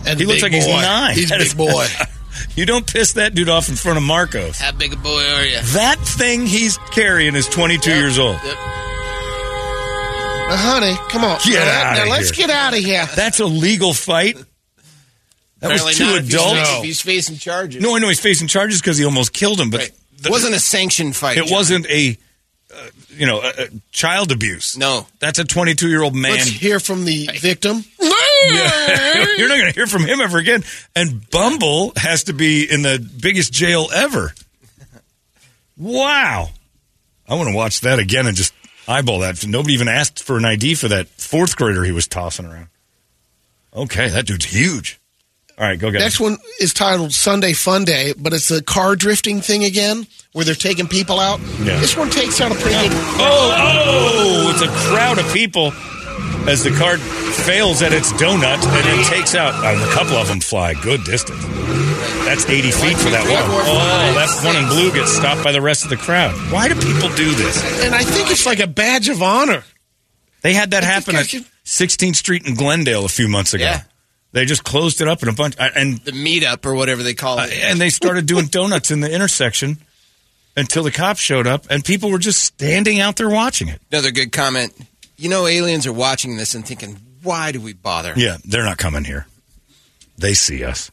E: and
A: He looks
E: big
A: like he's
E: boy.
A: nine.
E: He's
A: That
E: big
A: is-
E: boy.
A: You don't piss that dude off in front of Marcos.
F: How big a boy are you?
A: That thing he's carrying is 22 years old.
E: Now, Uh, honey, come on.
A: Get
E: now, let-
A: outta
E: now let's
A: here.
E: get out of here.
A: That's a legal fight. That
F: Apparently
A: was two
F: not if he's-
A: adults.
F: If he's facing charges.
A: No, I know he's facing charges because he almost killed him, but
F: Right.
A: the-
F: wasn't a sanctioned fight.
A: it
F: John.
A: wasn't a uh, you know a, a child abuse.
F: No.
A: that's a 22 year old man.
E: Let's hear from the victim.
A: You're not going to hear from him ever again. And Bumble has to be in the biggest jail ever. Wow, I want to watch that again and just eyeball that. Nobody even asked for an ID for that fourth grader he was tossing around. Okay, that dude's huge. All right, go get
E: Next
A: him.
E: one is titled Sunday Fun Day, but it's a car drifting thing again, where they're taking people out.
A: Yeah.
E: This one takes out a pretty good.
A: Oh, oh! It's a crowd of people as the card fails at its donut and it takes out. and a couple of them fly good distance. That's 80 feet for that one. Oh, that one in blue gets stopped by the rest of the crowd. Why do people do this?
E: And I think it's like a badge of honor.
A: They had that
E: I
A: happen
E: think I
A: at
E: should-
A: 16th Street in Glendale a few months ago.
F: Yeah.
A: They just closed it up in a bunch, uh, and uh,
F: The meetup or whatever they call it.
A: and they started doing donuts in the intersection until the cops showed up, and people were just standing out there watching it.
F: Another good comment. You know, aliens are watching this and thinking, why do we bother?
A: Yeah, they're not coming here. They see us.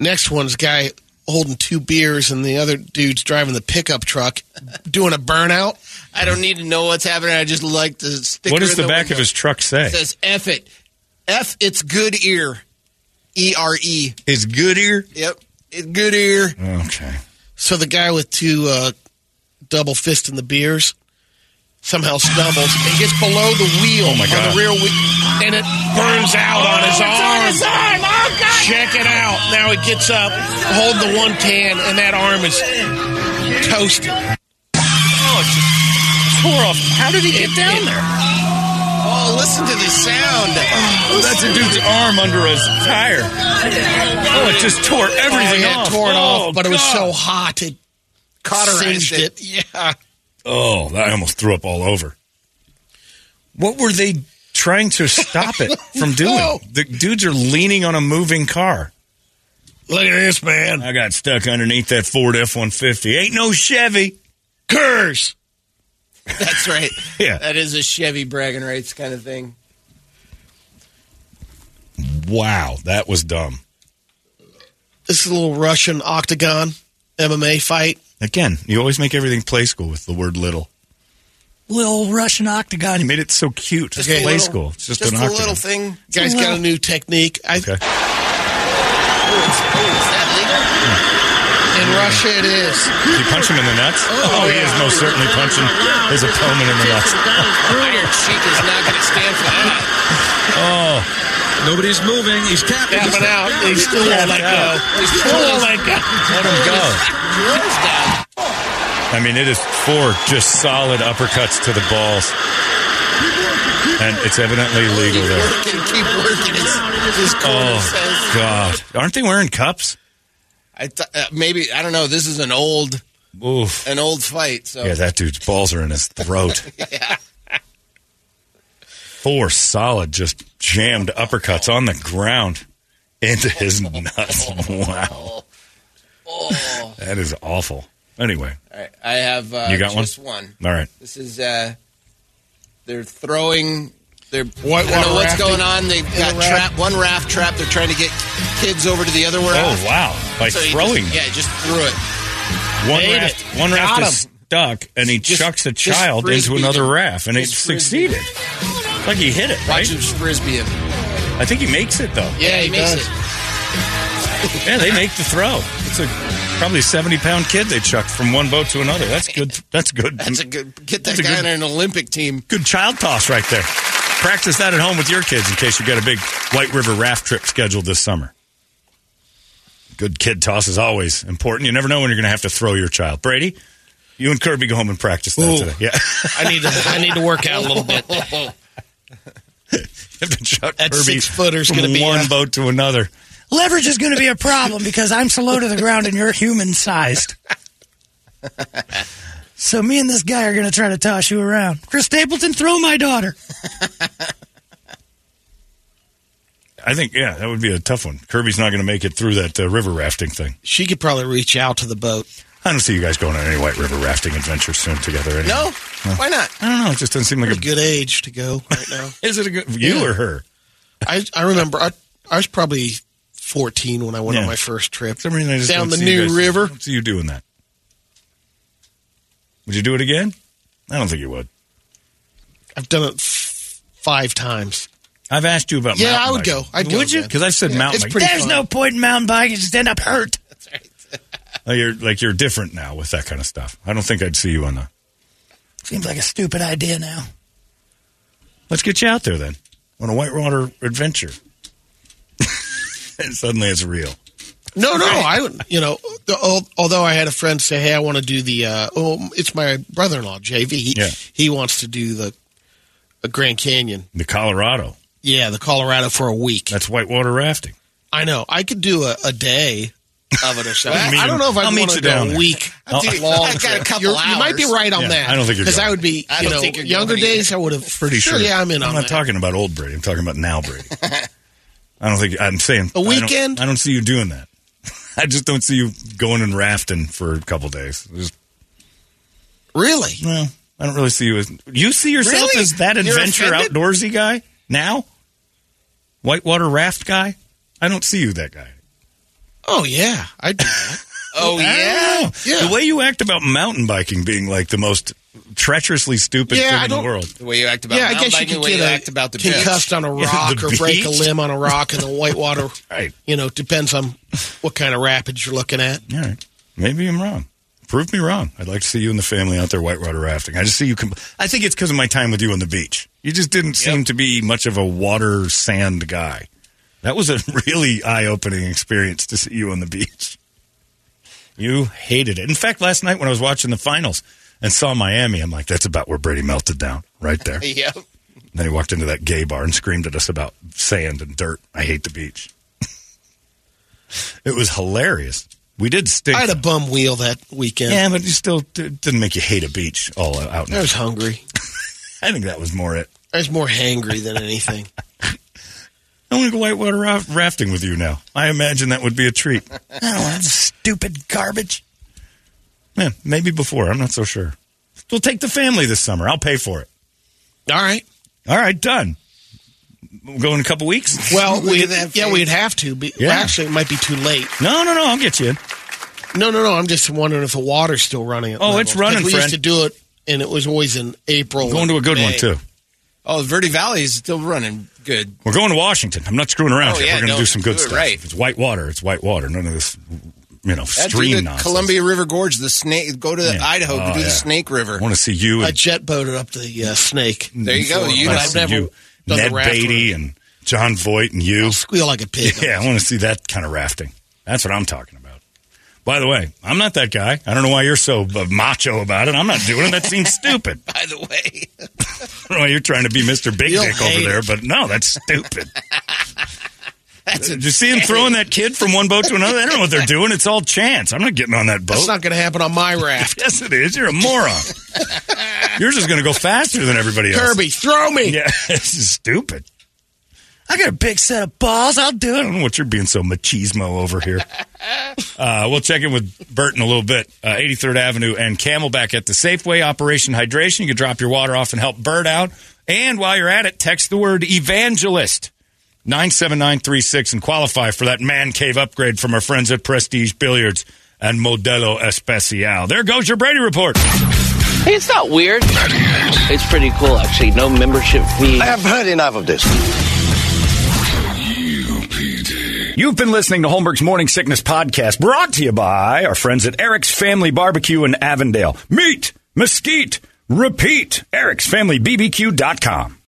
E: Next one's guy holding two beers, and the other dude's driving the pickup truck, doing a burnout.
F: I don't need to know what's happening. I just like the sticker.
A: What does
F: in
A: the, back
F: window.
A: of his truck say?
F: It says F it. F it's good ear. E R E.
A: His good ear.
F: Yep. It, good ear.
A: Okay.
E: So the guy with two uh, double fist in the beers somehow stumbles and gets below the wheel
A: Oh, my
E: on
A: God.
D: Oh,
E: the rear wheel, and it burns out on his arm. Check it out. now he gets up, hold the 110, and that arm is toasted.
F: Oh, it just
E: Tore off. How did he get down there?
F: Oh, listen to the sound.
A: Oh, that's a dude's arm under a tire. Oh, it just tore
E: Oh,
A: everything
E: yeah,
A: off.
E: it tore it
A: oh,
E: off, but it was
A: God.
E: so hot it
F: Cauterized
E: singed it. Yeah.
A: Oh, I almost threw up all over. What were they trying to stop it from doing?
E: No.
A: The dudes are leaning on a moving car.
E: Look at this man.
A: I got stuck underneath that Ford F one fifty. Ain't no Chevy.
E: Curse.
F: That's right.
A: Yeah.
F: That is a Chevy bragging rights kind of thing.
A: Wow, that was dumb.
E: This is a little Russian octagon MMA fight.
A: Again, you always make everything play school with the word little. Little Russian octagon. You made it so cute. Just
E: Okay.
A: play
E: Little-
A: school. It's just,
F: Just
A: an
F: a
A: octagon.
F: little thing.
E: Guy's got a new technique. I,
A: Okay.
F: Oh, it's, oh, is that legal?
E: In Russia, it is.
A: Did he punch him in the nuts? Oh, he is most certainly punching his opponent in the nuts.
F: Iron Cheek is not going to stand for that.
A: Oh,
D: Nobody's moving. He's tapping.
E: Tapping out. He still won't let go. He still
A: Oh
E: won't let go.
A: Let him go.
F: Drawers down.
A: I mean, it is four just solid uppercuts to the balls. And it's evidently legal
F: Keep
A: there.
F: working. Keep working. It's, his corner
A: Oh,
F: says.
A: God. Aren't they wearing cups?
F: I th- uh, maybe I don't know. This is an old
A: Oof.
F: an old fight. So
A: Yeah, that dude's balls are in his throat. Four solid, just jammed uppercuts on the ground into his nuts. Wow. That is awful. Anyway,
F: Oh. All right, I have uh,
A: You got one?
F: just one.
A: all right.
F: This is uh, they're throwing. They're
E: White
F: I don't know
E: water
F: what's
E: rafting.
F: going on. They've got
E: raft.
F: trap one raft trap. They're trying to get kids over to the other
A: Oh,
F: raft.
A: wow. By
F: So he
A: throwing
F: just, yeah, he just threw it.
A: One
E: Made
A: raft,
E: it.
A: one raft
E: Got
A: is stuck, and he
F: Just-
A: chucks a
F: just
A: child into
F: frisbeed
A: another
F: him.
A: raft, and it
F: Just frisbeed
A: succeeded. Like he hit it, right?
F: Watch him frisbee him.
A: I think he makes it though.
F: Yeah, he,
E: he
F: makes
E: does.
F: it.
A: Yeah, they make the throw. It's a probably a seventy-pound kid they chucked from one boat to another. That's good. That's good.
F: That's a good. Get that
A: That's a
F: guy
A: good-
F: on an Olympic team.
A: good child toss right there. Practice that at home with your kids in case you got a big White River raft trip scheduled this summer. Good kid toss is always important. You never know when you're going to have to throw your child. Brady, you and Kirby go home and practice that
E: Ooh.
A: today. Yeah.
E: I need to. I need to work out a little bit.
A: You have to chuck
E: That
A: Kirby
E: six-footer's
A: from
E: gonna be uh,
A: one
E: a-
A: boat to another.
I: Leverage is going to be a problem because I'm so low to the ground and you're human sized. So me and this guy are going to try to toss you around. Chris Stapleton, throw my daughter.
A: I think yeah, that would be a tough one. Kirby's not going to make it through that uh, river rafting thing.
E: She could probably reach out to the boat.
A: I don't see you guys going on any white river rafting adventure soon together. Anyway.
F: No, why not?
A: I don't know. It just doesn't seem like a.
E: Pretty good age to go right now.
A: Is it a good you
E: Yeah.
A: or her?
E: I I remember I, I was probably 14 when I went
A: Yeah.
E: on my first trip.
A: For Some reason I just
E: Down
A: don't
E: the
A: see you
E: New
A: guys-
E: River.
A: don't see you doing that. Would you do it again? I don't think you would.
E: I've done it f- five times.
A: I've asked you about.
E: Yeah,
A: mountain
E: I would
A: biking.
E: go. I'd go
A: would you?
E: again.
A: Because I've said mountain.
E: it's
A: biking.
E: pretty
I: There's
E: fun.
I: no point in mountain biking; you just end up hurt.
A: Oh, you're like you're different now with that kind of stuff. I don't think I'd see you on the.
I: Seems like a stupid idea now.
A: Let's get you out there then on a whitewater adventure. and suddenly it's real.
E: No, no, I would. You know, the, al- although I had a friend say, "Hey, I want to do the." Uh, oh, it's my brother-in-law, JV. He,
A: Yeah.
E: he wants to do the, the Grand Canyon.
A: The Colorado.
E: Yeah, the Colorado for a week.
A: That's whitewater rafting.
E: I know. I could do a, a day of it or so.
A: I'll meet
E: I don't
A: you-
E: know if
A: I'll
E: I'd
A: meet
E: want
A: you
E: to do
A: down
E: a
A: there.
E: week
A: I'll-
E: long.
F: I've got a
E: trip.
F: couple
E: You're- you might be
F: hours.
E: right on
A: Yeah,
E: that.
A: I don't think you're
E: because
A: going.
E: I would be.
F: I
E: you
F: don't
E: know,
F: think you're
E: younger
F: going either.
E: days I would have
A: Pretty sure.
E: Yeah, I'm in on
A: I'm not
E: that.
A: talking about old Brady. I'm talking about now Brady. I don't think I'm saying
E: A
A: I don't-
E: weekend?
A: I don't, see you doing that. I just don't see you going and rafting for a couple days. Just,
E: Really?
A: well, I don't really see you as you see yourself
F: Really?
A: as that
F: You're
A: adventure
F: offended?
A: outdoorsy guy now. Whitewater raft guy. I don't see you that guy.
E: Oh yeah, I do. That.
F: Oh yeah.
A: I don't know.
E: Yeah.
A: The way you act about mountain biking being like the most treacherously stupid
E: Yeah,
A: thing
E: I
A: in the
E: don't-
A: world.
F: The way you act about
E: yeah, I
F: mountain
E: guess you
F: biking,
E: could
F: the way
E: get
F: you
E: a
F: act about the
E: concussed on a rock
A: The
E: or break a
A: beach.
E: limb on a rock in the whitewater.
A: Right.
E: You know, depends on what kind of rapids you're looking at.
A: All right. Maybe I'm wrong. Prove me wrong. I'd like to see you and the family out there whitewater rafting. I just see you. Com- I think it's because of my time with you on the beach. You just didn't seem to be much of a water sand guy. That was a really eye opening experience to see you on the beach. You hated it. In fact, last night when I was watching the finals and saw Miami, I'm like, that's about where Brady melted down right there.
F: Yep.
A: And then he walked into that gay bar and screamed at us about sand and dirt. I hate the beach. it was hilarious. We did stink.
E: I had a bum wheel that weekend.
A: yeah, but you still it didn't make you hate a beach all out. in-
E: I was hungry.
A: I think that was more it.
E: I was more hangry than anything.
A: I want to go whitewater ra- rafting with you now. I imagine that would be a treat.
I: I don't want that stupid garbage.
A: Yeah, maybe before. I'm not so sure. We'll take the family this summer. I'll pay for it.
E: All right.
A: All right, done. We'll go in a couple weeks.
E: Well, we
F: at that
E: yeah,
F: face.
E: we'd have to. Be,
A: Yeah.
E: well, actually, it might be too late.
A: No, no, no. I'll get you in.
E: No, no, no. I'm just wondering if the water's still running. At
A: Oh, it's
E: levels.
A: running,
E: 'Cause We
A: friend.
E: used to do it, and it was always in April.
A: Going to a good one
E: May.
A: too.
F: Oh, Verde Valley is still running good.
A: We're going to Washington. I'm not screwing around
F: Oh,
A: here.
F: yeah,
A: We're going to
F: no,
A: do some good
F: do it
A: stuff.
F: right.
A: If it's white water, it's white water. None of this, you know,
F: That'd
A: stream
F: be the
A: nonsense.
F: Columbia River Gorge, the snake. Go to
A: Yeah.
F: Idaho,
A: Oh,
F: do
A: yeah.
F: the Snake River.
A: I want to see you
E: I
A: and
E: jet boated up the uh, snake.
F: There you go. You
A: I
F: know,
A: wanna
E: I've
A: see
E: never
A: you,
E: done the
A: Ned
E: raft
A: Beatty
E: one.
A: and John Voight and you.
E: Squeal like a pig.
A: Yeah, I want to see that kind of rafting. That's what I'm talking about. By the way, I'm not that guy. I don't know why you're so uh, macho about it. I'm not doing it. That seems stupid. I
F: by the way,
A: don't know why you're trying to be Mr. Big
E: You'll
A: Dick over
E: hate
A: there,
E: it.
A: but no, that's stupid.
F: that's a,
A: Did you see him throwing that kid from one boat to another? I don't know what they're doing. It's all chance. I'm not getting on that boat.
E: That's not going to happen on my raft.
A: yes, it is. You're a moron. you're just going to go faster than everybody else.
E: Kirby, throw me.
A: Yeah, this is stupid. I got a big set of balls. I'll do it. I don't know what you're being so machismo over here. uh, we'll check in with Bert in a little bit. Uh, 83rd Avenue and Camelback at the Safeway. Operation Hydration. You can drop your water off and help Bert out. And while you're at it, text the word evangelist. 97936 and qualify for that man cave upgrade from our friends at Prestige Billiards and Modelo Especial. There goes your Brady report.
K: Hey, it's not weird. It's pretty cool, actually. No membership fee.
H: have heard enough of this.
J: UPD.
A: You've been listening to Holmberg's Morning Sickness Podcast, brought to you by our friends at Eric's Family Barbecue in Avondale. Meet, mesquite, repeat. Eric'sFamilyBBQ.com.